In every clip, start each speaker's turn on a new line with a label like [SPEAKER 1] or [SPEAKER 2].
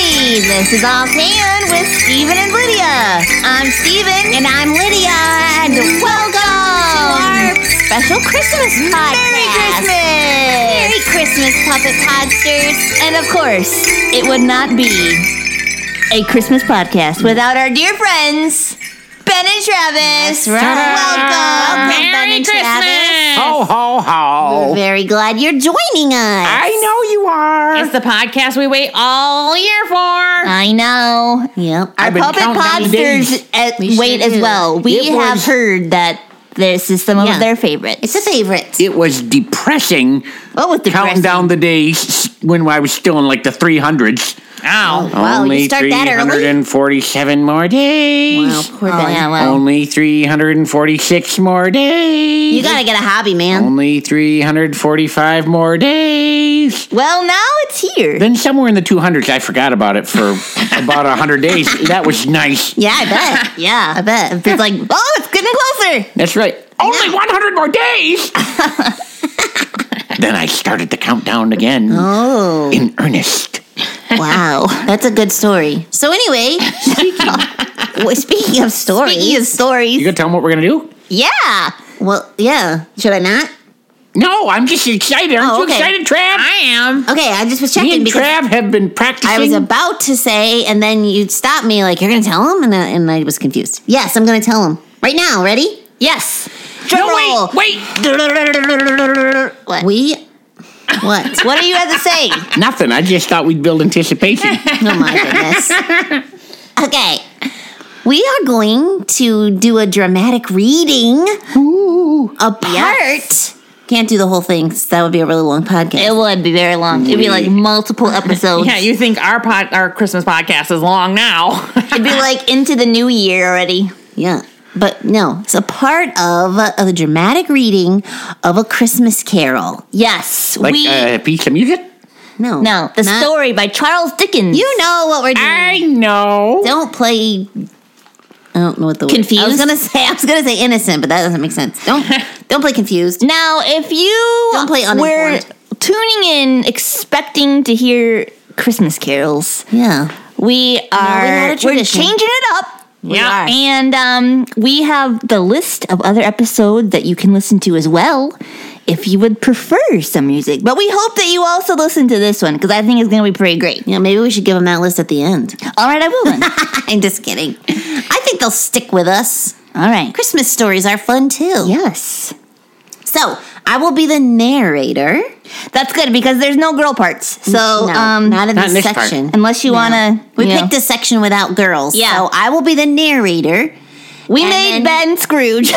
[SPEAKER 1] This is All Tan with Steven and Lydia. I'm Steven. And I'm Lydia. And welcome to our special Christmas podcast. Merry Christmas. Merry Christmas, Puppet Podsters. And of course, it would not be a Christmas podcast without our dear friends, Ben and Travis. Welcome. Welcome, Ben and Travis.
[SPEAKER 2] Oh.
[SPEAKER 3] Ho, ho,
[SPEAKER 1] We're
[SPEAKER 3] ho.
[SPEAKER 1] very glad you're joining us.
[SPEAKER 3] I know you are.
[SPEAKER 2] It's the podcast we wait all year
[SPEAKER 4] Uh,
[SPEAKER 2] for.
[SPEAKER 1] I know. Yep. Our
[SPEAKER 3] I've been
[SPEAKER 1] puppet
[SPEAKER 3] counting down the
[SPEAKER 1] podsters
[SPEAKER 3] days.
[SPEAKER 1] at,
[SPEAKER 2] We sure
[SPEAKER 1] wait as
[SPEAKER 2] do.
[SPEAKER 1] well. We
[SPEAKER 3] It
[SPEAKER 1] have
[SPEAKER 3] was-
[SPEAKER 1] heard that this is some
[SPEAKER 2] Yeah.
[SPEAKER 1] of their favorites. It's a favorite.
[SPEAKER 3] it was depressing
[SPEAKER 1] Oh, with the
[SPEAKER 3] counting down the days when I was still in like the 300s.
[SPEAKER 1] Wow,
[SPEAKER 2] Ow.
[SPEAKER 1] you
[SPEAKER 3] Only
[SPEAKER 1] start that early?
[SPEAKER 3] 347 more
[SPEAKER 1] Wow,
[SPEAKER 3] days.
[SPEAKER 1] poor Ben. Yeah, well,
[SPEAKER 3] Only 346 more days.
[SPEAKER 1] you gotta get a hobby, man.
[SPEAKER 3] Only 345 more days.
[SPEAKER 1] Well, now it's here.
[SPEAKER 3] Then somewhere in the 200s, I forgot about it for about 100 days. That was nice.
[SPEAKER 1] yeah, I bet. yeah, I bet. It's like, oh, it's getting closer.
[SPEAKER 3] That's right. Only 100 more days! then I started the countdown again
[SPEAKER 1] Oh,
[SPEAKER 3] in earnest.
[SPEAKER 1] wow. That's a good story. So, anyway, well, speaking of stories, speaking of
[SPEAKER 3] You
[SPEAKER 1] stories,
[SPEAKER 3] gonna tell them what we're gonna do?
[SPEAKER 1] yeah. Well, yeah. Should I not?
[SPEAKER 3] No, I'm just excited. Aren't
[SPEAKER 1] Oh,
[SPEAKER 3] you
[SPEAKER 1] okay.
[SPEAKER 3] excited, Trav?
[SPEAKER 2] I am.
[SPEAKER 1] Okay, I just was
[SPEAKER 3] Me
[SPEAKER 1] checking
[SPEAKER 3] and
[SPEAKER 1] because
[SPEAKER 3] Trav have been practicing.
[SPEAKER 1] I was about to say, and then you stopped me, like, you're going to tell him? And I, and I was confused. Yes, I'm going to tell him. Right now, ready? Yes. Drum roll.
[SPEAKER 3] no, wait, wait.
[SPEAKER 1] What? We. What? what are you about to say?
[SPEAKER 3] Nothing. I just thought we'd build anticipation.
[SPEAKER 1] Oh my goodness. Okay. We are going to do a dramatic reading. A part. Can't do the whole thing 'cause that would be a really long podcast. It would be very long. It'd be like multiple episodes.
[SPEAKER 2] Yeah, you think our pod, our Christmas podcast is long now?
[SPEAKER 1] It'd be like into the new year already. Yeah. But no, it's a part of a, of a dramatic reading of a Christmas carol. Yes.
[SPEAKER 3] Like uh, a piece of music.
[SPEAKER 1] no. No. The story by Charles Dickens. You know what we're doing.
[SPEAKER 3] I know.
[SPEAKER 1] don't play I don't know what the confused. I was gonna say I was gonna say innocent, but that doesn't make sense. Don't don't play confused.
[SPEAKER 4] Now, if you
[SPEAKER 1] Don't play
[SPEAKER 4] were
[SPEAKER 1] uninformed.
[SPEAKER 4] tuning in expecting to hear Christmas carols,
[SPEAKER 1] Yeah.
[SPEAKER 4] we
[SPEAKER 1] had a
[SPEAKER 4] are we're
[SPEAKER 1] tradition.
[SPEAKER 4] changing it up.
[SPEAKER 2] yeah.
[SPEAKER 4] And um, we have the list of other episodes that you can listen to as well if you would prefer some music. But we hope that you also listen to this one because I think it's going to be pretty great.
[SPEAKER 1] Yeah, maybe we should give them that list at the end.
[SPEAKER 4] All right, I will then.
[SPEAKER 1] I'm just kidding. I think they'll stick with us.
[SPEAKER 4] All right.
[SPEAKER 1] Christmas stories are fun too.
[SPEAKER 4] Yes.
[SPEAKER 1] So I will be the narrator.
[SPEAKER 4] That's good because there's no girl parts.
[SPEAKER 1] So
[SPEAKER 4] So,
[SPEAKER 1] um, not in
[SPEAKER 3] Not in
[SPEAKER 1] this
[SPEAKER 3] this part.
[SPEAKER 1] section.
[SPEAKER 4] unless you want to.
[SPEAKER 1] We picked a section without girls.
[SPEAKER 4] Yeah.
[SPEAKER 1] So I will be the narrator.
[SPEAKER 4] We
[SPEAKER 1] and
[SPEAKER 4] made Ben Scrooge.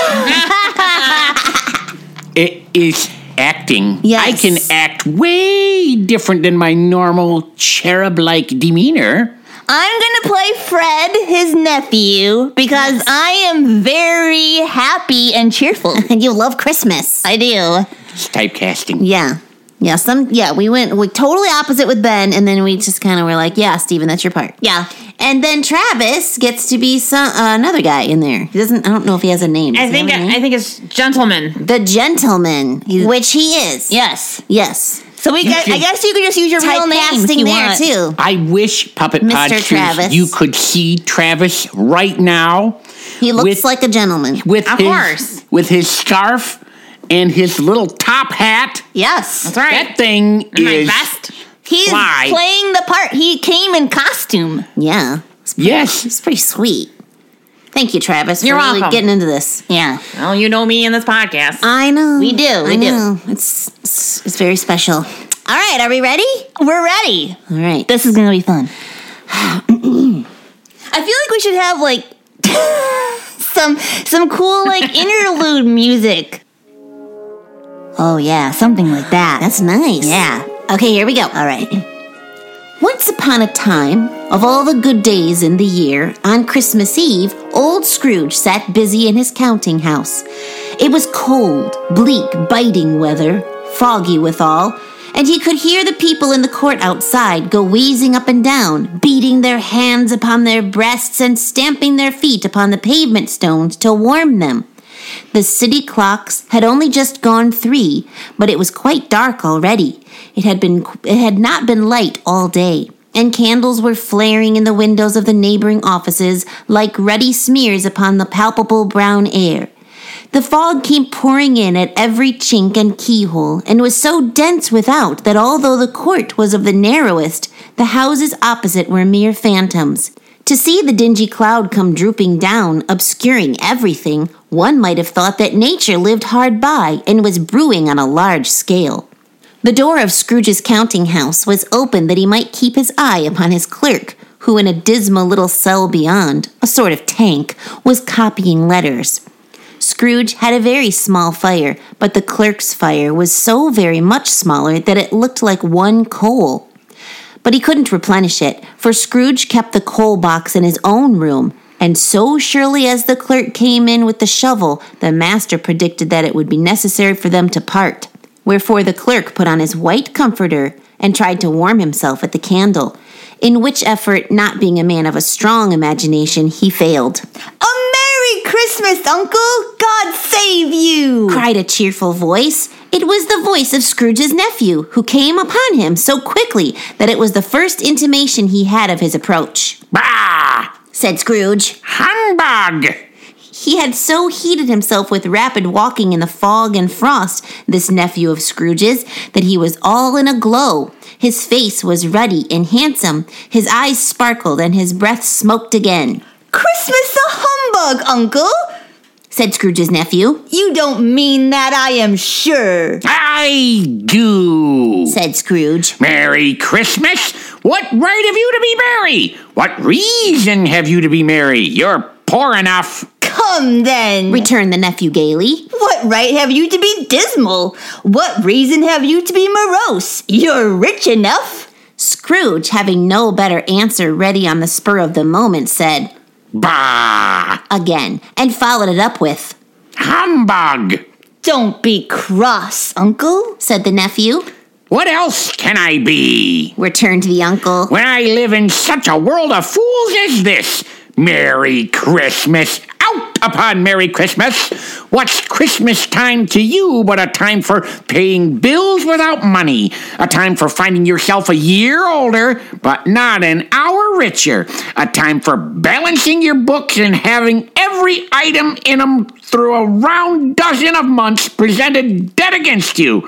[SPEAKER 3] It is acting.
[SPEAKER 1] Yes.
[SPEAKER 3] I can act way different than my normal cherub-like demeanor.
[SPEAKER 4] I'm gonna play Fred, his nephew, because I am very happy and cheerful.
[SPEAKER 1] And you love Christmas.
[SPEAKER 4] I do.
[SPEAKER 3] It's typecasting.
[SPEAKER 1] yeah. Yeah. Some yeah, we went we totally opposite with Ben, and then we just kind of were like, Yeah, Steven, that's your part.
[SPEAKER 4] Yeah.
[SPEAKER 1] And then Travis gets to be some uh, another guy in there. He doesn't I don't know if he has a name. Does
[SPEAKER 2] I
[SPEAKER 1] he
[SPEAKER 2] think
[SPEAKER 1] have a name?
[SPEAKER 2] I think it's gentlemen.
[SPEAKER 1] the gentleman, which he is.
[SPEAKER 4] Yes.
[SPEAKER 1] Yes.
[SPEAKER 4] So we guess, I guess you could just use your real name if
[SPEAKER 1] Typecasting
[SPEAKER 4] you
[SPEAKER 1] there
[SPEAKER 4] want.
[SPEAKER 1] too.
[SPEAKER 3] I wish Puppet
[SPEAKER 1] Mr.
[SPEAKER 3] Podsters,
[SPEAKER 1] Travis.
[SPEAKER 3] you could see Travis right now
[SPEAKER 1] He looks
[SPEAKER 3] With-
[SPEAKER 1] like a gentleman.
[SPEAKER 3] with
[SPEAKER 2] Of
[SPEAKER 3] his
[SPEAKER 2] course.
[SPEAKER 3] with his scarf and his little top hat.
[SPEAKER 1] Yes.
[SPEAKER 2] That's right.
[SPEAKER 3] That thing
[SPEAKER 2] My
[SPEAKER 3] is
[SPEAKER 2] best.
[SPEAKER 4] He's
[SPEAKER 3] Why?
[SPEAKER 4] playing the part. He came in costume.
[SPEAKER 1] Yeah. It's
[SPEAKER 3] yes.
[SPEAKER 1] It's pretty sweet. Thank you, Travis.
[SPEAKER 2] You're
[SPEAKER 1] for really
[SPEAKER 2] welcome.
[SPEAKER 1] getting into this.
[SPEAKER 4] Yeah.
[SPEAKER 2] Well, you know me in this podcast.
[SPEAKER 1] I know.
[SPEAKER 4] We do,
[SPEAKER 1] I
[SPEAKER 4] we do.
[SPEAKER 1] know. It's, it's it's very special. All right, are we ready?
[SPEAKER 4] We're ready.
[SPEAKER 1] All right.
[SPEAKER 4] This is gonna be fun. I feel like we should have like some some cool like interlude music. Oh yeah, something like that.
[SPEAKER 1] That's nice.
[SPEAKER 4] Yeah.
[SPEAKER 1] Okay, here we go. All right. Once upon a time, of all the good days in the year, on Christmas Eve, old Scrooge sat busy in his counting house. It was cold, bleak, biting weather, foggy withal, and he could hear the people in the court outside go wheezing up and down, beating their hands upon their breasts and stamping their feet upon the pavement stones to warm them. The city clocks had only just gone three, but it was quite dark already. It had been it had not been light all day. and candles were flaring in the windows of the neighboring offices like ruddy smears upon the palpable brown air. The fog came pouring in at every chink and keyhole, and was so dense without that although the court was of the narrowest, the houses opposite were mere phantoms. To see the dingy cloud come drooping down, obscuring everything, one might have thought that nature lived hard by and was brewing on a large scale. The door of Scrooge's counting house was open that he might keep his eye upon his clerk, who in a dismal little cell beyond, a sort of tank, was copying letters. Scrooge had a very small fire, but the clerk's fire was so very much smaller that it looked like one coal. But he couldn't replenish it, for Scrooge kept the coal box in his own room, and so surely as the clerk came in with the shovel, the master predicted that it would be necessary for them to part. Wherefore the clerk put on his white comforter and tried to warm himself at the candle, in which effort, not being a man of a strong imagination, he failed.
[SPEAKER 4] A Merry Christmas, Uncle! God save you!
[SPEAKER 1] cried a cheerful voice. It was the voice of Scrooge's nephew, who came upon him so quickly that it was the first intimation he had of his approach.
[SPEAKER 3] Bah!
[SPEAKER 1] Said Scrooge,
[SPEAKER 3] Humbug!
[SPEAKER 1] he had so heated himself with rapid walking in the fog and frost, this nephew of Scrooge's, that he was all in a glow. His face was ruddy and handsome, his eyes sparkled, and his breath smoked again.
[SPEAKER 4] Christmas a humbug, Uncle!
[SPEAKER 1] Said Scrooge's nephew,
[SPEAKER 4] You don't mean that, I am sure.
[SPEAKER 3] I do.
[SPEAKER 1] said Scrooge.
[SPEAKER 3] Merry Christmas! What right have you to be merry? What reason have you to be merry? You're poor enough.
[SPEAKER 4] Come then.
[SPEAKER 1] Returned the nephew gaily.
[SPEAKER 4] what right have you to be dismal? What reason have you to be morose? You're rich enough.
[SPEAKER 1] Scrooge, having no better answer ready on the spur of the moment, said,
[SPEAKER 3] Bah!
[SPEAKER 1] again, and followed it up with,
[SPEAKER 3] Humbug!
[SPEAKER 4] Don't be cross, Uncle.
[SPEAKER 1] said the nephew.
[SPEAKER 3] What else can I be
[SPEAKER 1] Returned the uncle.
[SPEAKER 3] when I live in such a world of fools as this? Merry Christmas! Out upon Merry Christmas! What's Christmas time to you but a time for paying bills without money? A time for finding yourself a year older but not an hour richer? A time for balancing your books and having every item in 'em through a round dozen of months presented dead against you?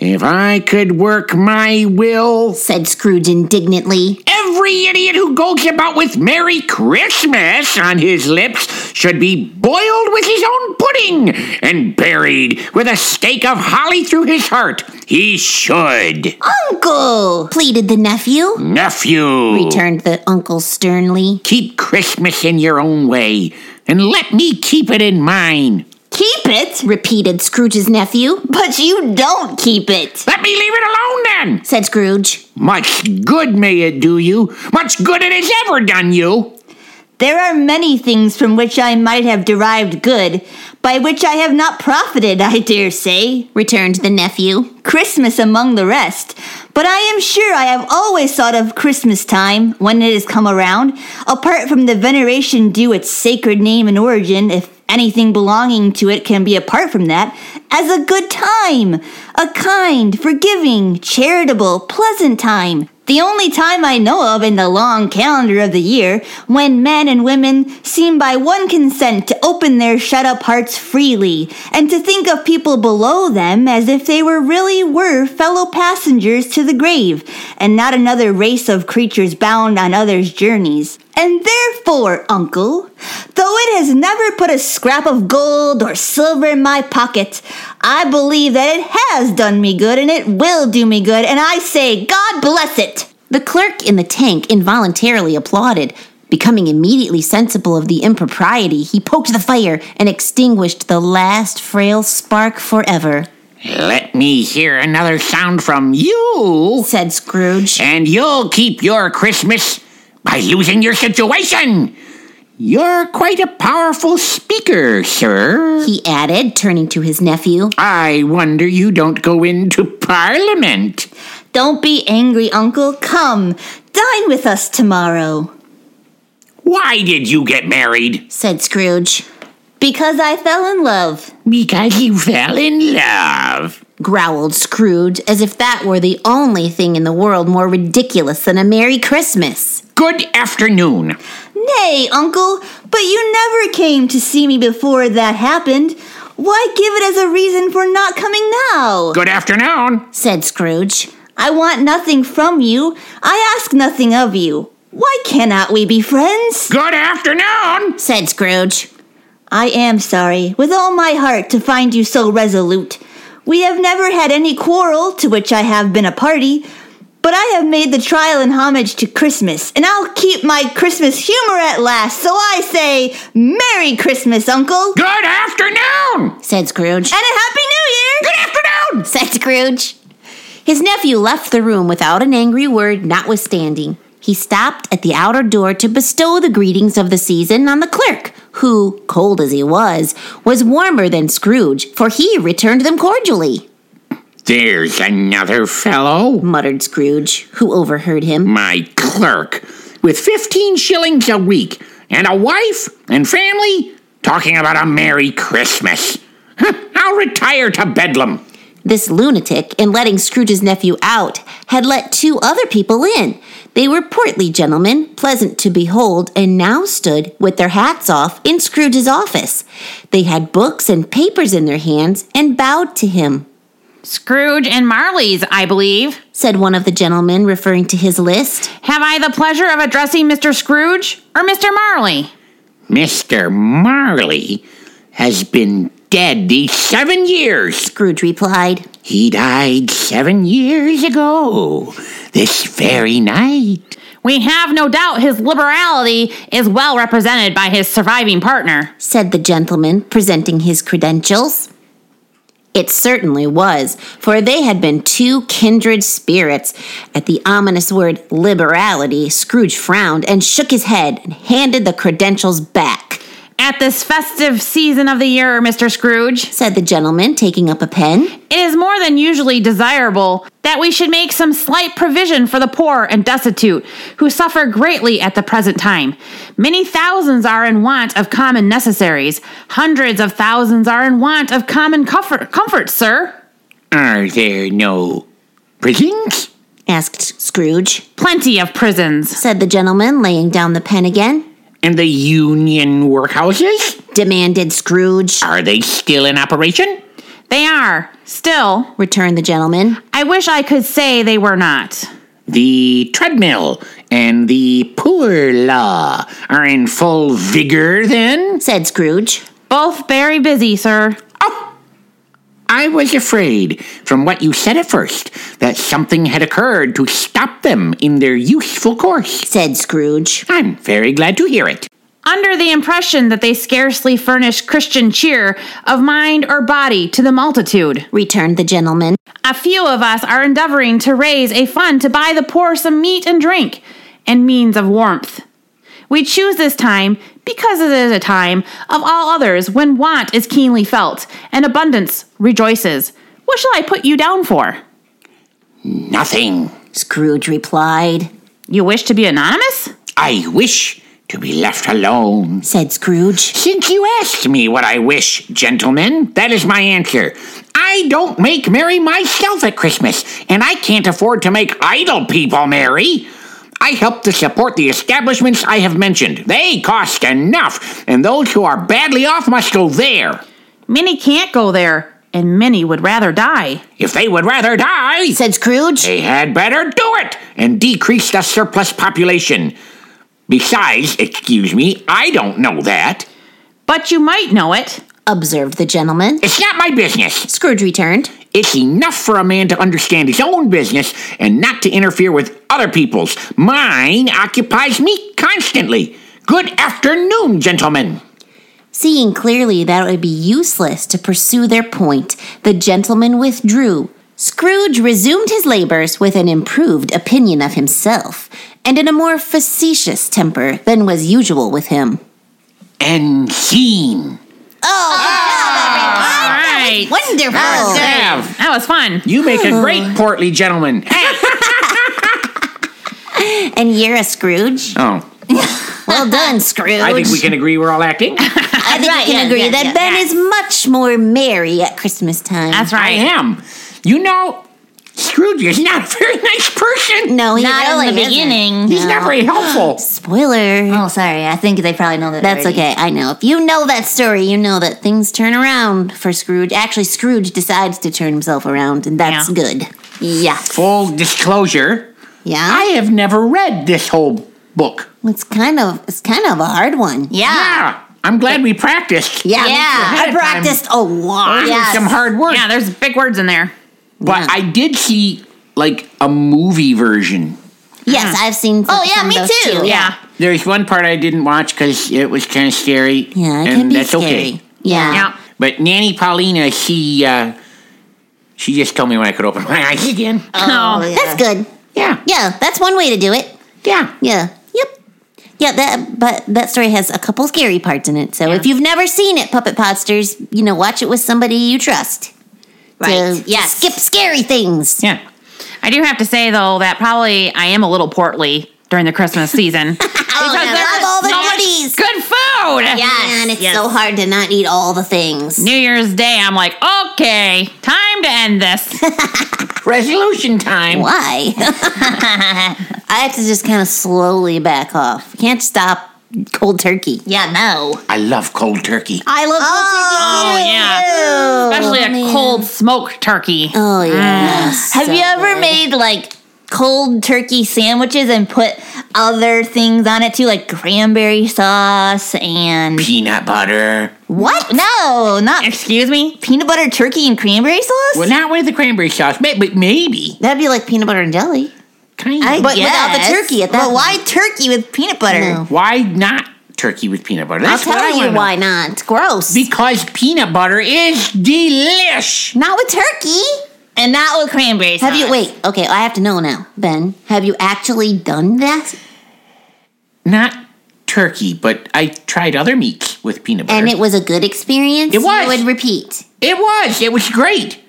[SPEAKER 3] If I could work my will,
[SPEAKER 1] said Scrooge indignantly.
[SPEAKER 3] every idiot who goes about with Merry Christmas on his lips should be boiled with his own pudding and buried with a stake of holly through his heart. He should.
[SPEAKER 4] Uncle!
[SPEAKER 1] Pleaded the nephew.
[SPEAKER 3] Nephew,
[SPEAKER 1] returned the uncle sternly.
[SPEAKER 3] keep Christmas in your own way and let me keep it in mine.
[SPEAKER 4] Keep it,
[SPEAKER 1] Repeated Scrooge's nephew.
[SPEAKER 4] but you don't keep it.
[SPEAKER 3] Let me leave it alone then.
[SPEAKER 1] Said Scrooge.
[SPEAKER 3] Much good may it do you. Much good it has ever done you.
[SPEAKER 4] There are many things from which I might have derived good, by which I have not profited, I dare say.
[SPEAKER 1] Returned the nephew.
[SPEAKER 4] Christmas among the rest. But I am sure I have always thought of Christmas time, when it has come around, apart from the veneration due its sacred name and origin, if anything belonging to it can be apart from that, as a good time, a kind, forgiving, charitable, pleasant time. The only time I know of in the long calendar of the year when men and women seem by one consent to open their shut up hearts freely and to think of people below them as if they were really were fellow passengers to the grave and not another race of creatures bound on others' journeys. And therefore, Uncle, though it has never put a scrap of gold or silver in my pocket, I believe that it has done me good and it will do me good, and I say, God bless it!
[SPEAKER 1] The clerk in the tank involuntarily applauded. Becoming immediately sensible of the impropriety, he poked the fire and extinguished the last frail spark forever.
[SPEAKER 3] Let me hear another sound from you.
[SPEAKER 1] Said Scrooge.
[SPEAKER 3] And you'll keep your Christmas by losing your situation. You're quite a powerful speaker, sir.
[SPEAKER 1] He added, turning to his nephew.
[SPEAKER 3] I wonder you don't go into Parliament.
[SPEAKER 4] Don't be angry, Uncle. Come, dine with us tomorrow.
[SPEAKER 3] Why did you get married?
[SPEAKER 1] Said Scrooge.
[SPEAKER 4] Because I fell in love.
[SPEAKER 3] Because you fell in love.
[SPEAKER 1] growled Scrooge, as if that were the only thing in the world more ridiculous than a Merry Christmas.
[SPEAKER 3] Good afternoon.
[SPEAKER 4] Nay, Uncle, but you never came to see me before that happened. Why give it as a reason for not coming now?
[SPEAKER 3] Good afternoon.
[SPEAKER 1] said Scrooge.
[SPEAKER 4] I want nothing from you. I ask nothing of you. Why cannot we be friends?
[SPEAKER 3] Good afternoon.
[SPEAKER 1] Said Scrooge.
[SPEAKER 4] I am sorry, with all my heart, to find you so resolute. We have never had any quarrel to which I have been a party, but I have made the trial and homage to Christmas, and I'll keep my Christmas humor at last, so I say, Merry Christmas, Uncle!
[SPEAKER 3] Good afternoon.
[SPEAKER 1] said Scrooge.
[SPEAKER 4] And a Happy New Year!
[SPEAKER 3] Good afternoon.
[SPEAKER 1] said Scrooge. His nephew left the room without an angry word, notwithstanding. He stopped at the outer door to bestow the greetings of the season on the clerk, who, cold as he was, was warmer than Scrooge, for he returned them cordially,
[SPEAKER 3] There's another fellow.
[SPEAKER 1] muttered Scrooge, who overheard him.
[SPEAKER 3] my clerk with 15 shillings a week and a wife and family talking about a Merry Christmas. Huh, I'll retire to Bedlam.
[SPEAKER 1] This lunatic, in letting Scrooge's nephew out, had let two other people in. They were portly gentlemen, pleasant to behold, and now stood, with their hats off, in Scrooge's office. They had books and papers in their hands and bowed to him,
[SPEAKER 2] Scrooge and Marley's, I believe.
[SPEAKER 1] said one of the gentlemen, referring to his list.
[SPEAKER 2] Have I the pleasure of addressing Mr. Scrooge or Mr. Marley?
[SPEAKER 3] Mr. Marley has been dead these seven years.
[SPEAKER 1] Scrooge replied,
[SPEAKER 3] He died seven years ago, this very night.
[SPEAKER 2] We have no doubt his liberality is well represented by his surviving partner.
[SPEAKER 1] said the gentleman, presenting his credentials. It certainly was, for they had been two kindred spirits. At the ominous word liberality, Scrooge frowned and shook his head and handed the credentials back,
[SPEAKER 2] At this festive season of the year, Mr. Scrooge,
[SPEAKER 1] said the gentleman, taking up a pen.
[SPEAKER 2] it is more than usually desirable that we should make some slight provision for the poor and destitute who suffer greatly at the present time. Many thousands are in want of common necessaries. Hundreds of thousands are in want of common comfort, comforts, sir.
[SPEAKER 3] Are there no prisons?
[SPEAKER 1] asked Scrooge,
[SPEAKER 2] Plenty of prisons.
[SPEAKER 1] said the gentleman, laying down the pen again.
[SPEAKER 3] And the union workhouses?
[SPEAKER 1] Demanded Scrooge,
[SPEAKER 3] Are they still in operation?
[SPEAKER 2] They are. Still,
[SPEAKER 1] returned the gentleman,
[SPEAKER 2] I wish I could say they were not.
[SPEAKER 3] The treadmill and the poor law are in full vigor then?
[SPEAKER 1] said Scrooge,
[SPEAKER 2] Both very busy, sir.
[SPEAKER 3] I was afraid, from what you said at first, that something had occurred to stop them in their useful course.
[SPEAKER 1] said Scrooge,
[SPEAKER 3] I'm very glad to hear it.
[SPEAKER 2] under the impression that they scarcely furnish Christian cheer of mind or body to the multitude.
[SPEAKER 1] returned the gentleman,
[SPEAKER 2] A few of us are endeavoring to raise a fund to buy the poor some meat and drink and means of warmth. We choose this time because it is a time of all others when want is keenly felt and abundance rejoices. What shall I put you down for?
[SPEAKER 3] Nothing.
[SPEAKER 1] Scrooge replied,
[SPEAKER 2] You wish to be anonymous?
[SPEAKER 3] I wish to be left alone.
[SPEAKER 1] said Scrooge.
[SPEAKER 3] Since you asked me what I wish, gentlemen, that is my answer. I don't make merry myself at Christmas, and I can't afford to make idle people merry. I help to support the establishments I have mentioned. They cost enough, and those who are badly off must go there.
[SPEAKER 2] Many can't go there, and many would rather die.
[SPEAKER 3] If they would rather die,
[SPEAKER 1] said Scrooge.
[SPEAKER 3] they had better do it and decrease the surplus population. Besides, excuse me, I don't know that.
[SPEAKER 2] But you might know it.
[SPEAKER 1] observed the gentleman.
[SPEAKER 3] It's not my business.
[SPEAKER 1] Scrooge returned,
[SPEAKER 3] It's enough for a man to understand his own business and not to interfere with other people's. Mine occupies me constantly. Good afternoon, gentlemen.
[SPEAKER 1] seeing clearly that it would be useless to pursue their point. The gentleman withdrew. Scrooge resumed his labors with an improved opinion of himself, and in a more facetious temper than was usual with him.
[SPEAKER 3] And scene.
[SPEAKER 2] All right.
[SPEAKER 1] Wonderful!
[SPEAKER 3] Sav,
[SPEAKER 2] That was fun.
[SPEAKER 3] you make a great portly gentleman.
[SPEAKER 1] And you're a Scrooge.
[SPEAKER 3] Oh,
[SPEAKER 1] Well done, Scrooge.
[SPEAKER 3] I think we can agree we're all acting.
[SPEAKER 1] I think we can agree that Ben is much more merry at Christmas time.
[SPEAKER 2] That's
[SPEAKER 3] I
[SPEAKER 2] right.
[SPEAKER 3] am. You know, Scrooge is not a very nice person.
[SPEAKER 1] No, he
[SPEAKER 4] Not
[SPEAKER 1] really
[SPEAKER 4] in the
[SPEAKER 1] isn't.
[SPEAKER 4] beginning.
[SPEAKER 3] He's not very helpful.
[SPEAKER 1] Spoiler.
[SPEAKER 4] Oh, sorry. I think they probably know that.
[SPEAKER 1] That's
[SPEAKER 4] already.
[SPEAKER 1] okay. I know. If you know that story, you know that things turn around for Scrooge. Actually, Scrooge decides to turn himself around, and that's
[SPEAKER 2] Yeah.
[SPEAKER 1] good. Yeah.
[SPEAKER 3] Full disclosure,
[SPEAKER 1] Yeah.
[SPEAKER 3] I have never read this whole book.
[SPEAKER 1] it's kind of it's kind of a hard one.
[SPEAKER 4] Yeah.
[SPEAKER 3] Yeah, I'm glad we practiced.
[SPEAKER 1] Yeah.
[SPEAKER 4] Yeah,
[SPEAKER 1] I
[SPEAKER 3] ahead of time.
[SPEAKER 1] practiced a lot.
[SPEAKER 3] Those are
[SPEAKER 4] yes.
[SPEAKER 3] some hard work.
[SPEAKER 2] Yeah, there's big words in there.
[SPEAKER 3] but
[SPEAKER 1] Yeah.
[SPEAKER 3] I did see like a movie version.
[SPEAKER 1] Yes, I've seen.
[SPEAKER 4] Oh, yeah,
[SPEAKER 1] some of
[SPEAKER 4] me
[SPEAKER 1] those
[SPEAKER 4] too. Yeah.
[SPEAKER 3] There's one part I didn't watch because it was kind of scary.
[SPEAKER 1] Yeah, it
[SPEAKER 3] and
[SPEAKER 1] can be
[SPEAKER 3] that's
[SPEAKER 1] scary.
[SPEAKER 3] okay.
[SPEAKER 1] Yeah.
[SPEAKER 2] Yeah.
[SPEAKER 3] But Nanny Paulina, she uh, she just told me when I could open my eyes again.
[SPEAKER 2] Oh,
[SPEAKER 4] yeah.
[SPEAKER 1] That's good.
[SPEAKER 3] Yeah,
[SPEAKER 1] Yeah, that's one way to do it.
[SPEAKER 3] yeah.
[SPEAKER 1] Yeah. Yep. Yeah, that but that story has a couple scary parts in it. So if you've never seen it, Puppet Podsters, you know, watch it with somebody you trust.
[SPEAKER 4] Right.
[SPEAKER 1] To
[SPEAKER 4] Yes.
[SPEAKER 1] skip scary things.
[SPEAKER 3] Yeah.
[SPEAKER 2] I do have to say though that probably I am a little portly during the Christmas season because
[SPEAKER 1] yeah, love all the
[SPEAKER 2] much
[SPEAKER 1] goodies.
[SPEAKER 2] good food.
[SPEAKER 4] Yes,
[SPEAKER 1] And it's
[SPEAKER 4] yes.
[SPEAKER 1] so hard to not eat all the things.
[SPEAKER 2] New Year's Day, I'm like, okay, time to end this.
[SPEAKER 3] Resolution time.
[SPEAKER 1] Why? I have to just kind of slowly back off. Can't stop cold turkey.
[SPEAKER 4] Yeah, no.
[SPEAKER 3] I love cold turkey.
[SPEAKER 1] I love
[SPEAKER 2] Oh,
[SPEAKER 1] cold turkey. too.
[SPEAKER 2] yeah. Especially a
[SPEAKER 1] man.
[SPEAKER 2] cold smoked turkey.
[SPEAKER 1] Oh yeah.
[SPEAKER 4] Have
[SPEAKER 1] So
[SPEAKER 4] you ever
[SPEAKER 1] good.
[SPEAKER 4] made like cold turkey sandwiches and put other things on it too, like cranberry sauce and
[SPEAKER 3] Peanut butter.
[SPEAKER 4] what? No, not
[SPEAKER 2] Excuse me?
[SPEAKER 4] peanut butter turkey and cranberry sauce.
[SPEAKER 3] Well, not with the cranberry sauce, may- but maybe.
[SPEAKER 1] That'd be like peanut butter and jelly.
[SPEAKER 3] Kind of.
[SPEAKER 4] I
[SPEAKER 1] But without the
[SPEAKER 4] guess.
[SPEAKER 1] turkey at that
[SPEAKER 4] But why turkey with peanut butter?
[SPEAKER 1] No.
[SPEAKER 3] Why not turkey with peanut butter?
[SPEAKER 1] I'll
[SPEAKER 3] That's what I
[SPEAKER 1] tell
[SPEAKER 3] wanna
[SPEAKER 1] you
[SPEAKER 3] know.
[SPEAKER 1] why not. Gross.
[SPEAKER 3] Because peanut butter is delish.
[SPEAKER 1] not with turkey.
[SPEAKER 4] And not with cranberry sauce.
[SPEAKER 1] Have you wait? Okay, I have to know now, Ben. Have you actually done that?
[SPEAKER 3] Not turkey, but I tried other meats with peanut butter.
[SPEAKER 1] And it was a good experience.
[SPEAKER 3] It was.
[SPEAKER 1] You would repeat.
[SPEAKER 3] It was. It was great.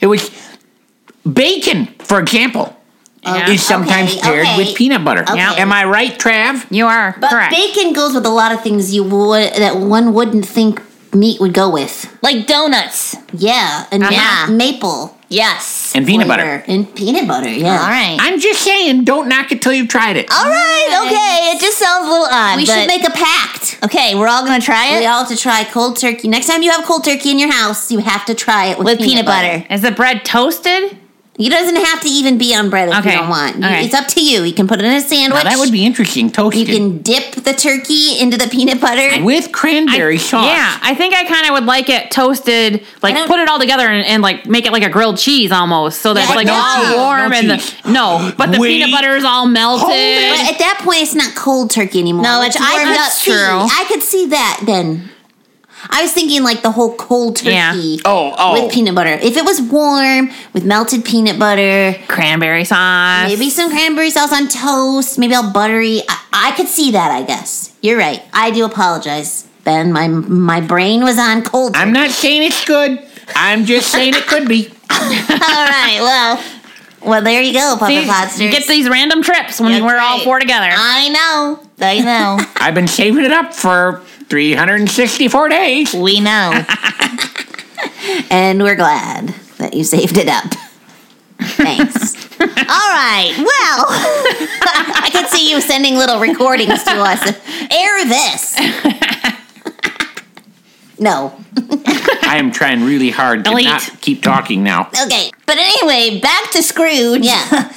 [SPEAKER 3] It was bacon, for example,
[SPEAKER 2] Yeah.
[SPEAKER 3] is sometimes
[SPEAKER 1] Oh, okay,
[SPEAKER 3] paired
[SPEAKER 1] okay.
[SPEAKER 3] with peanut butter.
[SPEAKER 1] Yeah.
[SPEAKER 3] Am I right, Trav?
[SPEAKER 2] You are
[SPEAKER 1] But
[SPEAKER 2] correct.
[SPEAKER 1] bacon goes with a lot of things you would that one wouldn't think meat would go with.
[SPEAKER 4] Like donuts.
[SPEAKER 1] Yeah, and
[SPEAKER 4] Uh-huh.
[SPEAKER 1] ma- maple
[SPEAKER 4] Yes.
[SPEAKER 3] And peanut
[SPEAKER 1] flavor.
[SPEAKER 3] butter.
[SPEAKER 1] and peanut butter. Yeah.
[SPEAKER 4] All right.
[SPEAKER 3] I'm just saying, don't knock it till you've tried it.
[SPEAKER 4] all right. Okay. It just sounds a little odd.
[SPEAKER 1] We
[SPEAKER 4] but-
[SPEAKER 1] should make a pact.
[SPEAKER 4] Okay, we're all gonna try it
[SPEAKER 1] We all have to try cold turkey. Next time you have cold turkey in your house, you have to try it with,
[SPEAKER 4] with peanut, butter.
[SPEAKER 2] Is the bread toasted?
[SPEAKER 1] It doesn't have to even be on bread if
[SPEAKER 2] Okay.
[SPEAKER 1] you don't want. You-
[SPEAKER 2] All right.
[SPEAKER 1] It's up to you. You can put it in a sandwich.
[SPEAKER 3] Now, that would be interesting,
[SPEAKER 1] You
[SPEAKER 3] toasted
[SPEAKER 1] can dip the turkey into the peanut butter.
[SPEAKER 3] with cranberry sauce.
[SPEAKER 2] Yeah, I think I kind of would like it toasted,
[SPEAKER 1] I
[SPEAKER 2] like
[SPEAKER 1] don't-
[SPEAKER 2] put it all together and, and like make it like a grilled cheese almost, so that's
[SPEAKER 1] Yeah,
[SPEAKER 2] like
[SPEAKER 1] no
[SPEAKER 2] all
[SPEAKER 1] cheese,
[SPEAKER 2] warm
[SPEAKER 3] no
[SPEAKER 2] and
[SPEAKER 3] cheese.
[SPEAKER 2] the no, but the
[SPEAKER 3] Wait.
[SPEAKER 2] peanut butter is all melted.
[SPEAKER 3] Hold it.
[SPEAKER 1] But at that point, it's not cold turkey anymore.
[SPEAKER 4] No,
[SPEAKER 1] which
[SPEAKER 4] it's
[SPEAKER 1] I
[SPEAKER 4] warmed
[SPEAKER 1] could
[SPEAKER 4] up.
[SPEAKER 1] see.
[SPEAKER 2] True.
[SPEAKER 1] I could see that then. I was thinking like the whole cold turkey
[SPEAKER 2] Yeah.
[SPEAKER 3] Oh, oh.
[SPEAKER 1] with peanut butter. If it was warm with melted peanut butter,
[SPEAKER 2] Cranberry sauce.
[SPEAKER 1] maybe some cranberry sauce on toast, maybe all buttery. I, I could see that. I guess you're right. I do apologize, Ben. My my brain was on cold.
[SPEAKER 3] I'm not saying it's good. I'm just saying it could be.
[SPEAKER 1] turkey. all right. Well, well, there you go, Papa
[SPEAKER 2] See, you
[SPEAKER 1] Podsters.
[SPEAKER 2] get these random trips when
[SPEAKER 4] That's
[SPEAKER 2] we're all
[SPEAKER 4] right.
[SPEAKER 2] four together.
[SPEAKER 1] I know.
[SPEAKER 4] I know.
[SPEAKER 3] I've been saving it up for 364 days.
[SPEAKER 4] we know.
[SPEAKER 1] And we're glad that you saved it up. Thanks. All right. Well, I could see you sending little recordings to us. Air this. no.
[SPEAKER 3] I am trying really hard to
[SPEAKER 2] Delete.
[SPEAKER 3] not keep talking now.
[SPEAKER 1] Okay.
[SPEAKER 4] But anyway, back to Scrooge.
[SPEAKER 1] Yeah.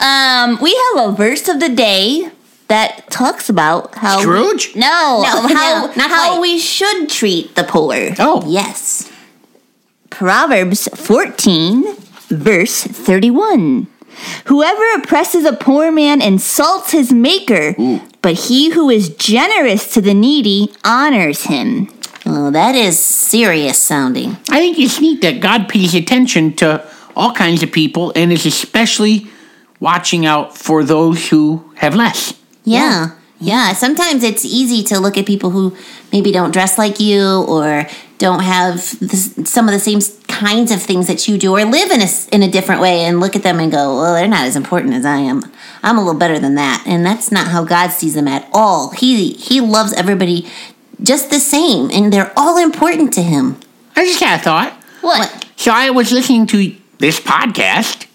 [SPEAKER 4] Um, we have a verse of the day that talks about how
[SPEAKER 3] Scrooge?
[SPEAKER 4] no,
[SPEAKER 1] No, no,
[SPEAKER 4] how
[SPEAKER 1] not
[SPEAKER 4] how
[SPEAKER 1] quite.
[SPEAKER 4] we should treat the poor.
[SPEAKER 3] Oh,
[SPEAKER 1] Yes.
[SPEAKER 4] Proverbs 14, verse 31. Whoever oppresses a poor man insults his maker, but he who is generous to the needy honors him.
[SPEAKER 1] Oh, that is serious sounding.
[SPEAKER 3] I think it's neat that God pays attention to all kinds of people and is especially watching out for those who have less.
[SPEAKER 1] Yeah. Yeah. Sometimes it's easy to look at people who maybe don't dress like you or don't have this, some of the same kinds of things that you do or live in a, s- in a different way and look at them and go, well, they're not as important as I am. I'm a little better than that. And that's not how God sees them at all. He, he loves everybody just the same and they're all important to him.
[SPEAKER 3] I just had a thought.
[SPEAKER 1] What?
[SPEAKER 3] So I was listening to This podcast.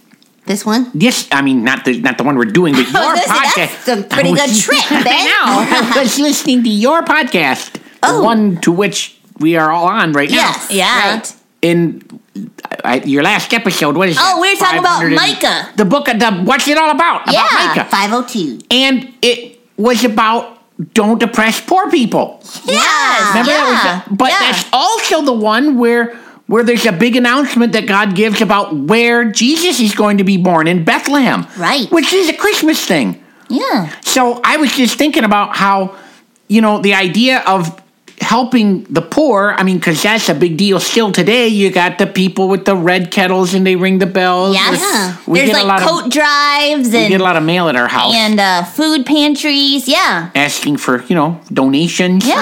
[SPEAKER 1] This one?
[SPEAKER 3] Yes, I mean not the not the one we're doing, but your
[SPEAKER 4] Oh, this-
[SPEAKER 3] podcast.
[SPEAKER 4] that's a pretty good trick, Ben.
[SPEAKER 3] I know. I was listening to your podcast,
[SPEAKER 4] Oh.
[SPEAKER 3] the one to which we are all on right
[SPEAKER 1] Yes,
[SPEAKER 3] now.
[SPEAKER 4] yeah.
[SPEAKER 1] Right.
[SPEAKER 3] In I, your last episode, what is?
[SPEAKER 4] Oh,
[SPEAKER 3] that?
[SPEAKER 4] we were talking about
[SPEAKER 3] 500 and-
[SPEAKER 4] Micah.
[SPEAKER 3] The book of the what's it all about?
[SPEAKER 4] Yeah,
[SPEAKER 3] about Micah.
[SPEAKER 1] 502.
[SPEAKER 3] and it was about don't oppress poor people.
[SPEAKER 4] Yes.
[SPEAKER 3] Remember
[SPEAKER 4] yeah,
[SPEAKER 3] that was, but
[SPEAKER 4] yeah.
[SPEAKER 3] that's also the one where where there's a big announcement that God gives about where Jesus is going to be born in Bethlehem,
[SPEAKER 1] Right.
[SPEAKER 3] Which is a Christmas thing.
[SPEAKER 1] Yeah.
[SPEAKER 3] So I was just thinking about how, you know, the idea of helping the poor, I mean, because that's a big deal still today. You got the people with the red kettles and they ring the bells.
[SPEAKER 1] Yeah.
[SPEAKER 4] Yes.
[SPEAKER 3] We
[SPEAKER 4] There's
[SPEAKER 3] get a
[SPEAKER 4] like
[SPEAKER 3] lot of-
[SPEAKER 4] coat drives
[SPEAKER 3] We get a
[SPEAKER 4] and
[SPEAKER 3] lot of mail at our house
[SPEAKER 4] and uh, food pantries. Yeah.
[SPEAKER 3] asking for, you know, donations.
[SPEAKER 4] Yeah.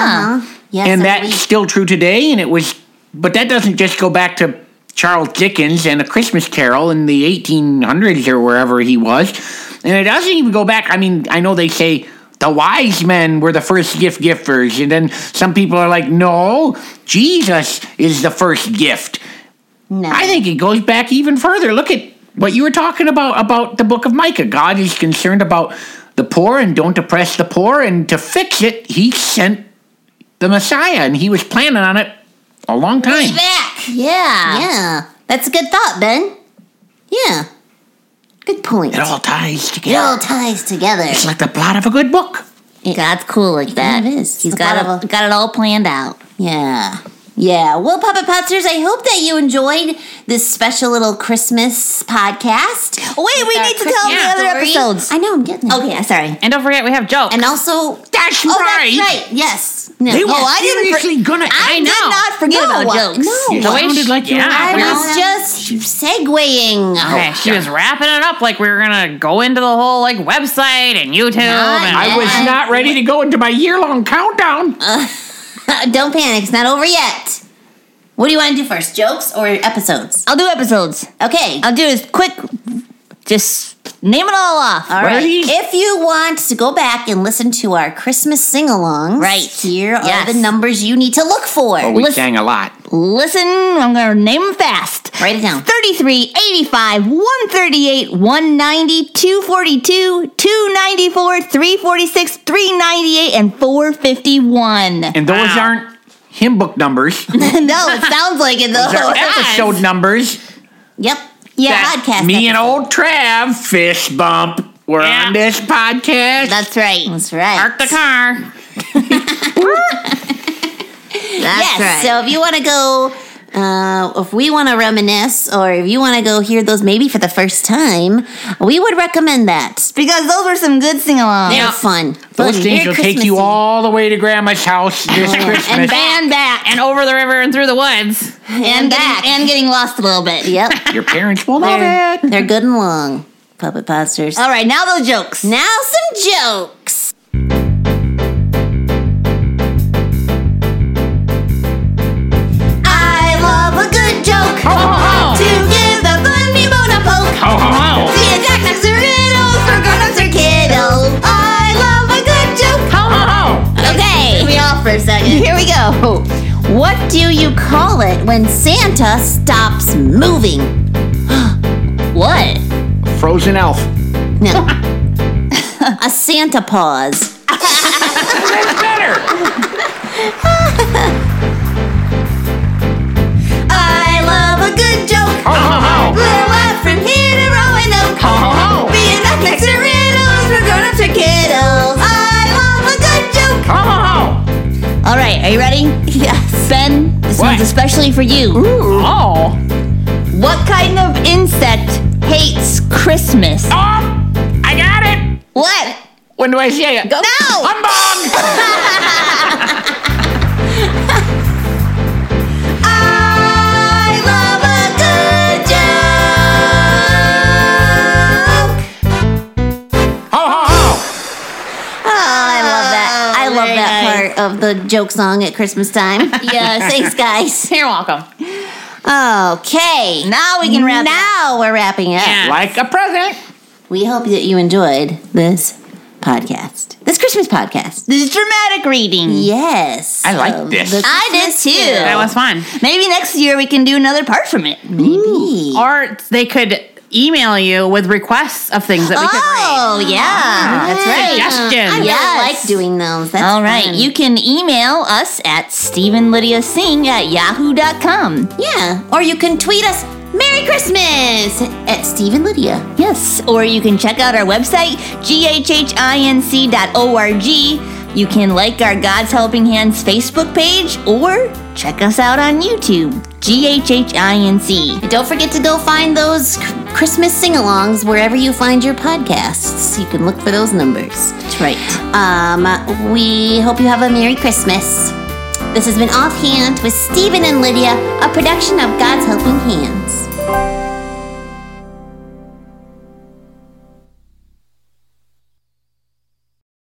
[SPEAKER 1] Uh-huh. Yes,
[SPEAKER 3] and
[SPEAKER 1] I
[SPEAKER 3] that's
[SPEAKER 1] believe-
[SPEAKER 3] still true today. And it was, but that doesn't just go back to Charles Dickens and A Christmas Carol in the 1800s or wherever he was. And it doesn't even go back. I mean, I know they say the wise men were the first gift givers, and then some people are like, no, Jesus is the first gift.
[SPEAKER 1] No.
[SPEAKER 3] I think it goes back even further. Look at what you were talking about about the book of Micah. God is concerned about the poor and don't oppress the poor, and to fix it, he sent the Messiah, and he was planning on it a long time.
[SPEAKER 4] Back.
[SPEAKER 1] yeah. Yeah. That's a good thought, Ben. Yeah. Good point.
[SPEAKER 3] It all ties
[SPEAKER 1] It all
[SPEAKER 3] together.
[SPEAKER 1] ties together.
[SPEAKER 3] It's like the plot of a good book.
[SPEAKER 4] God's cool like that.
[SPEAKER 1] kind of is.
[SPEAKER 4] He's
[SPEAKER 1] The
[SPEAKER 4] got
[SPEAKER 1] Bible.
[SPEAKER 4] it, got it all planned out.
[SPEAKER 1] Yeah. Yeah. Well, Puppet Potters, I hope that you enjoyed this special little Christmas podcast.
[SPEAKER 4] Wait, we
[SPEAKER 2] our
[SPEAKER 4] need to
[SPEAKER 2] Christ-
[SPEAKER 4] tell
[SPEAKER 2] yeah,
[SPEAKER 4] the other episodes.
[SPEAKER 1] I know, I'm getting it.
[SPEAKER 4] Okay, I'm sorry.
[SPEAKER 2] And don't forget, we have jokes.
[SPEAKER 1] And also,
[SPEAKER 3] That's
[SPEAKER 1] oh,
[SPEAKER 3] right.
[SPEAKER 1] that's right. Yes. No.
[SPEAKER 3] They were
[SPEAKER 1] yes.
[SPEAKER 4] Oh, I didn't for-
[SPEAKER 3] seriously gonna.
[SPEAKER 4] I
[SPEAKER 2] I know.
[SPEAKER 4] did not forget
[SPEAKER 1] No,
[SPEAKER 4] about jokes.
[SPEAKER 1] no.
[SPEAKER 3] It
[SPEAKER 2] The way
[SPEAKER 3] sounded
[SPEAKER 2] she-
[SPEAKER 3] like you were-
[SPEAKER 2] yeah,
[SPEAKER 1] I
[SPEAKER 2] we were-
[SPEAKER 1] was just segueing.
[SPEAKER 2] Okay, she was wrapping it up like we were gonna go into the whole like website and YouTube.
[SPEAKER 1] Not
[SPEAKER 2] and
[SPEAKER 3] I was
[SPEAKER 1] Yeah.
[SPEAKER 3] not ready to go into my year-long countdown.
[SPEAKER 4] Uh,
[SPEAKER 1] Don't panic. It's not over yet. What do you want to do first? Jokes or episodes?
[SPEAKER 4] I'll do episodes.
[SPEAKER 1] Okay.
[SPEAKER 4] I'll do it quick. Just name it all off.
[SPEAKER 1] All right.
[SPEAKER 3] Ready?
[SPEAKER 1] If you want to go back and listen to our Christmas sing-alongs,
[SPEAKER 4] Right.
[SPEAKER 1] here are
[SPEAKER 4] Yes.
[SPEAKER 1] the numbers you need to look for.
[SPEAKER 3] oh, we
[SPEAKER 4] listen-
[SPEAKER 3] sang a lot.
[SPEAKER 4] Listen, I'm going to name them fast.
[SPEAKER 1] Write it down.
[SPEAKER 4] 33, 85, 138, 190, 242, 294, 346, 398, and 451. no,
[SPEAKER 3] And those
[SPEAKER 2] Wow.
[SPEAKER 3] aren't hymn book numbers.
[SPEAKER 4] it sounds like it
[SPEAKER 3] Those are
[SPEAKER 4] though.
[SPEAKER 3] episode numbers.
[SPEAKER 1] Yep.
[SPEAKER 4] Yeah.
[SPEAKER 1] That podcast.
[SPEAKER 3] Me
[SPEAKER 1] episode.
[SPEAKER 3] and old Trav fist bump. We're
[SPEAKER 2] Yeah.
[SPEAKER 3] on this podcast.
[SPEAKER 4] That's right.
[SPEAKER 1] That's right.
[SPEAKER 2] park the car.
[SPEAKER 4] That's
[SPEAKER 1] yes.
[SPEAKER 4] right.
[SPEAKER 1] So if you want to go, uh, if we want to reminisce, or if you want to go hear those maybe for the first time, we would recommend that.
[SPEAKER 4] because those were some good sing alongs.
[SPEAKER 1] They're
[SPEAKER 2] Yeah.
[SPEAKER 1] fun.
[SPEAKER 3] Those
[SPEAKER 1] Fun.
[SPEAKER 3] things
[SPEAKER 1] Very
[SPEAKER 3] will take you
[SPEAKER 1] Christmassy.
[SPEAKER 3] all the way to Grandma's house this Christmas.
[SPEAKER 4] And band back.
[SPEAKER 2] And over the river and through the woods.
[SPEAKER 4] And, back. and getting lost a little bit.
[SPEAKER 1] Yep.
[SPEAKER 3] Your parents will love
[SPEAKER 1] they're,
[SPEAKER 3] it.
[SPEAKER 1] they're good and long. Puppet posters.
[SPEAKER 4] All right, now those jokes.
[SPEAKER 1] Now some jokes. I love a good joke.
[SPEAKER 4] Oh,
[SPEAKER 2] Ho, ho, ho.
[SPEAKER 1] To give the funny bone a poke.
[SPEAKER 3] Ho, ho, ho.
[SPEAKER 1] See a tactics or riddles for grown-ups or kiddos. I love a good joke.
[SPEAKER 3] Ho, ho, ho.
[SPEAKER 1] Okay. me off for a second.
[SPEAKER 4] Here we go.
[SPEAKER 1] What do you call it when Santa stops moving? what?
[SPEAKER 3] Frozen elf.
[SPEAKER 1] No. a Santa pause.
[SPEAKER 3] That's better.
[SPEAKER 1] I love a good joke.
[SPEAKER 3] Ho, ho, ho.
[SPEAKER 1] Blow up from here to Roanoke.
[SPEAKER 3] Ho, ho, ho.
[SPEAKER 1] Being up next to riddles for grown-ups or kiddos. I love a good joke.
[SPEAKER 3] Ho, ho, ho.
[SPEAKER 4] All right, are you ready?
[SPEAKER 1] Yes.
[SPEAKER 4] Ben, this
[SPEAKER 3] What?
[SPEAKER 4] one's especially for you.
[SPEAKER 3] Oh.
[SPEAKER 4] What kind of insect hates Christmas?
[SPEAKER 3] Oh, I got it.
[SPEAKER 4] What?
[SPEAKER 3] When do I say it?
[SPEAKER 4] Go. No!
[SPEAKER 3] Humbug.
[SPEAKER 1] I love a good joke.
[SPEAKER 3] Ho, ho, ho.
[SPEAKER 1] Oh, I love that. I love
[SPEAKER 4] Oh, very
[SPEAKER 1] that part of the joke song at Christmas time. yeah, thanks guys.
[SPEAKER 2] You're welcome.
[SPEAKER 1] Okay.
[SPEAKER 4] Now we can wrap it up.
[SPEAKER 1] Now we're wrapping up.
[SPEAKER 2] Yeah.
[SPEAKER 3] Like a present.
[SPEAKER 1] We hope that you enjoyed this podcast. This Christmas podcast.
[SPEAKER 4] This is dramatic reading.
[SPEAKER 1] Yes.
[SPEAKER 3] I like
[SPEAKER 1] of
[SPEAKER 3] this.
[SPEAKER 1] the
[SPEAKER 4] I did
[SPEAKER 1] Christmas
[SPEAKER 4] too.
[SPEAKER 1] Carol.
[SPEAKER 2] That was fun.
[SPEAKER 4] Maybe next year we can do another part from it.
[SPEAKER 1] Maybe.
[SPEAKER 2] Or they could email you with requests of things that we could read. Ah.
[SPEAKER 4] Oh, yeah. That's right.
[SPEAKER 2] Suggestions.
[SPEAKER 1] I
[SPEAKER 4] Yes.
[SPEAKER 1] really like doing those. That's
[SPEAKER 4] All right.
[SPEAKER 1] fun.
[SPEAKER 4] You can email us at StephenLydiaSing at yahoo.com.
[SPEAKER 1] yeah. Or you can tweet us Merry Christmas at Steve and Lydia.
[SPEAKER 4] Yes, or you can check out our website, ghhinc.org. You can like our God's Helping Hands Facebook page or check us out on YouTube, GHHINC.
[SPEAKER 1] And don't forget to go find those c- Christmas sing-alongs wherever you find your podcasts. You can look for those numbers.
[SPEAKER 4] That's right.
[SPEAKER 1] Um, we hope you have a Merry Christmas. This has been Offhand with Stephen and Lydia, a production of God's Helping Hands.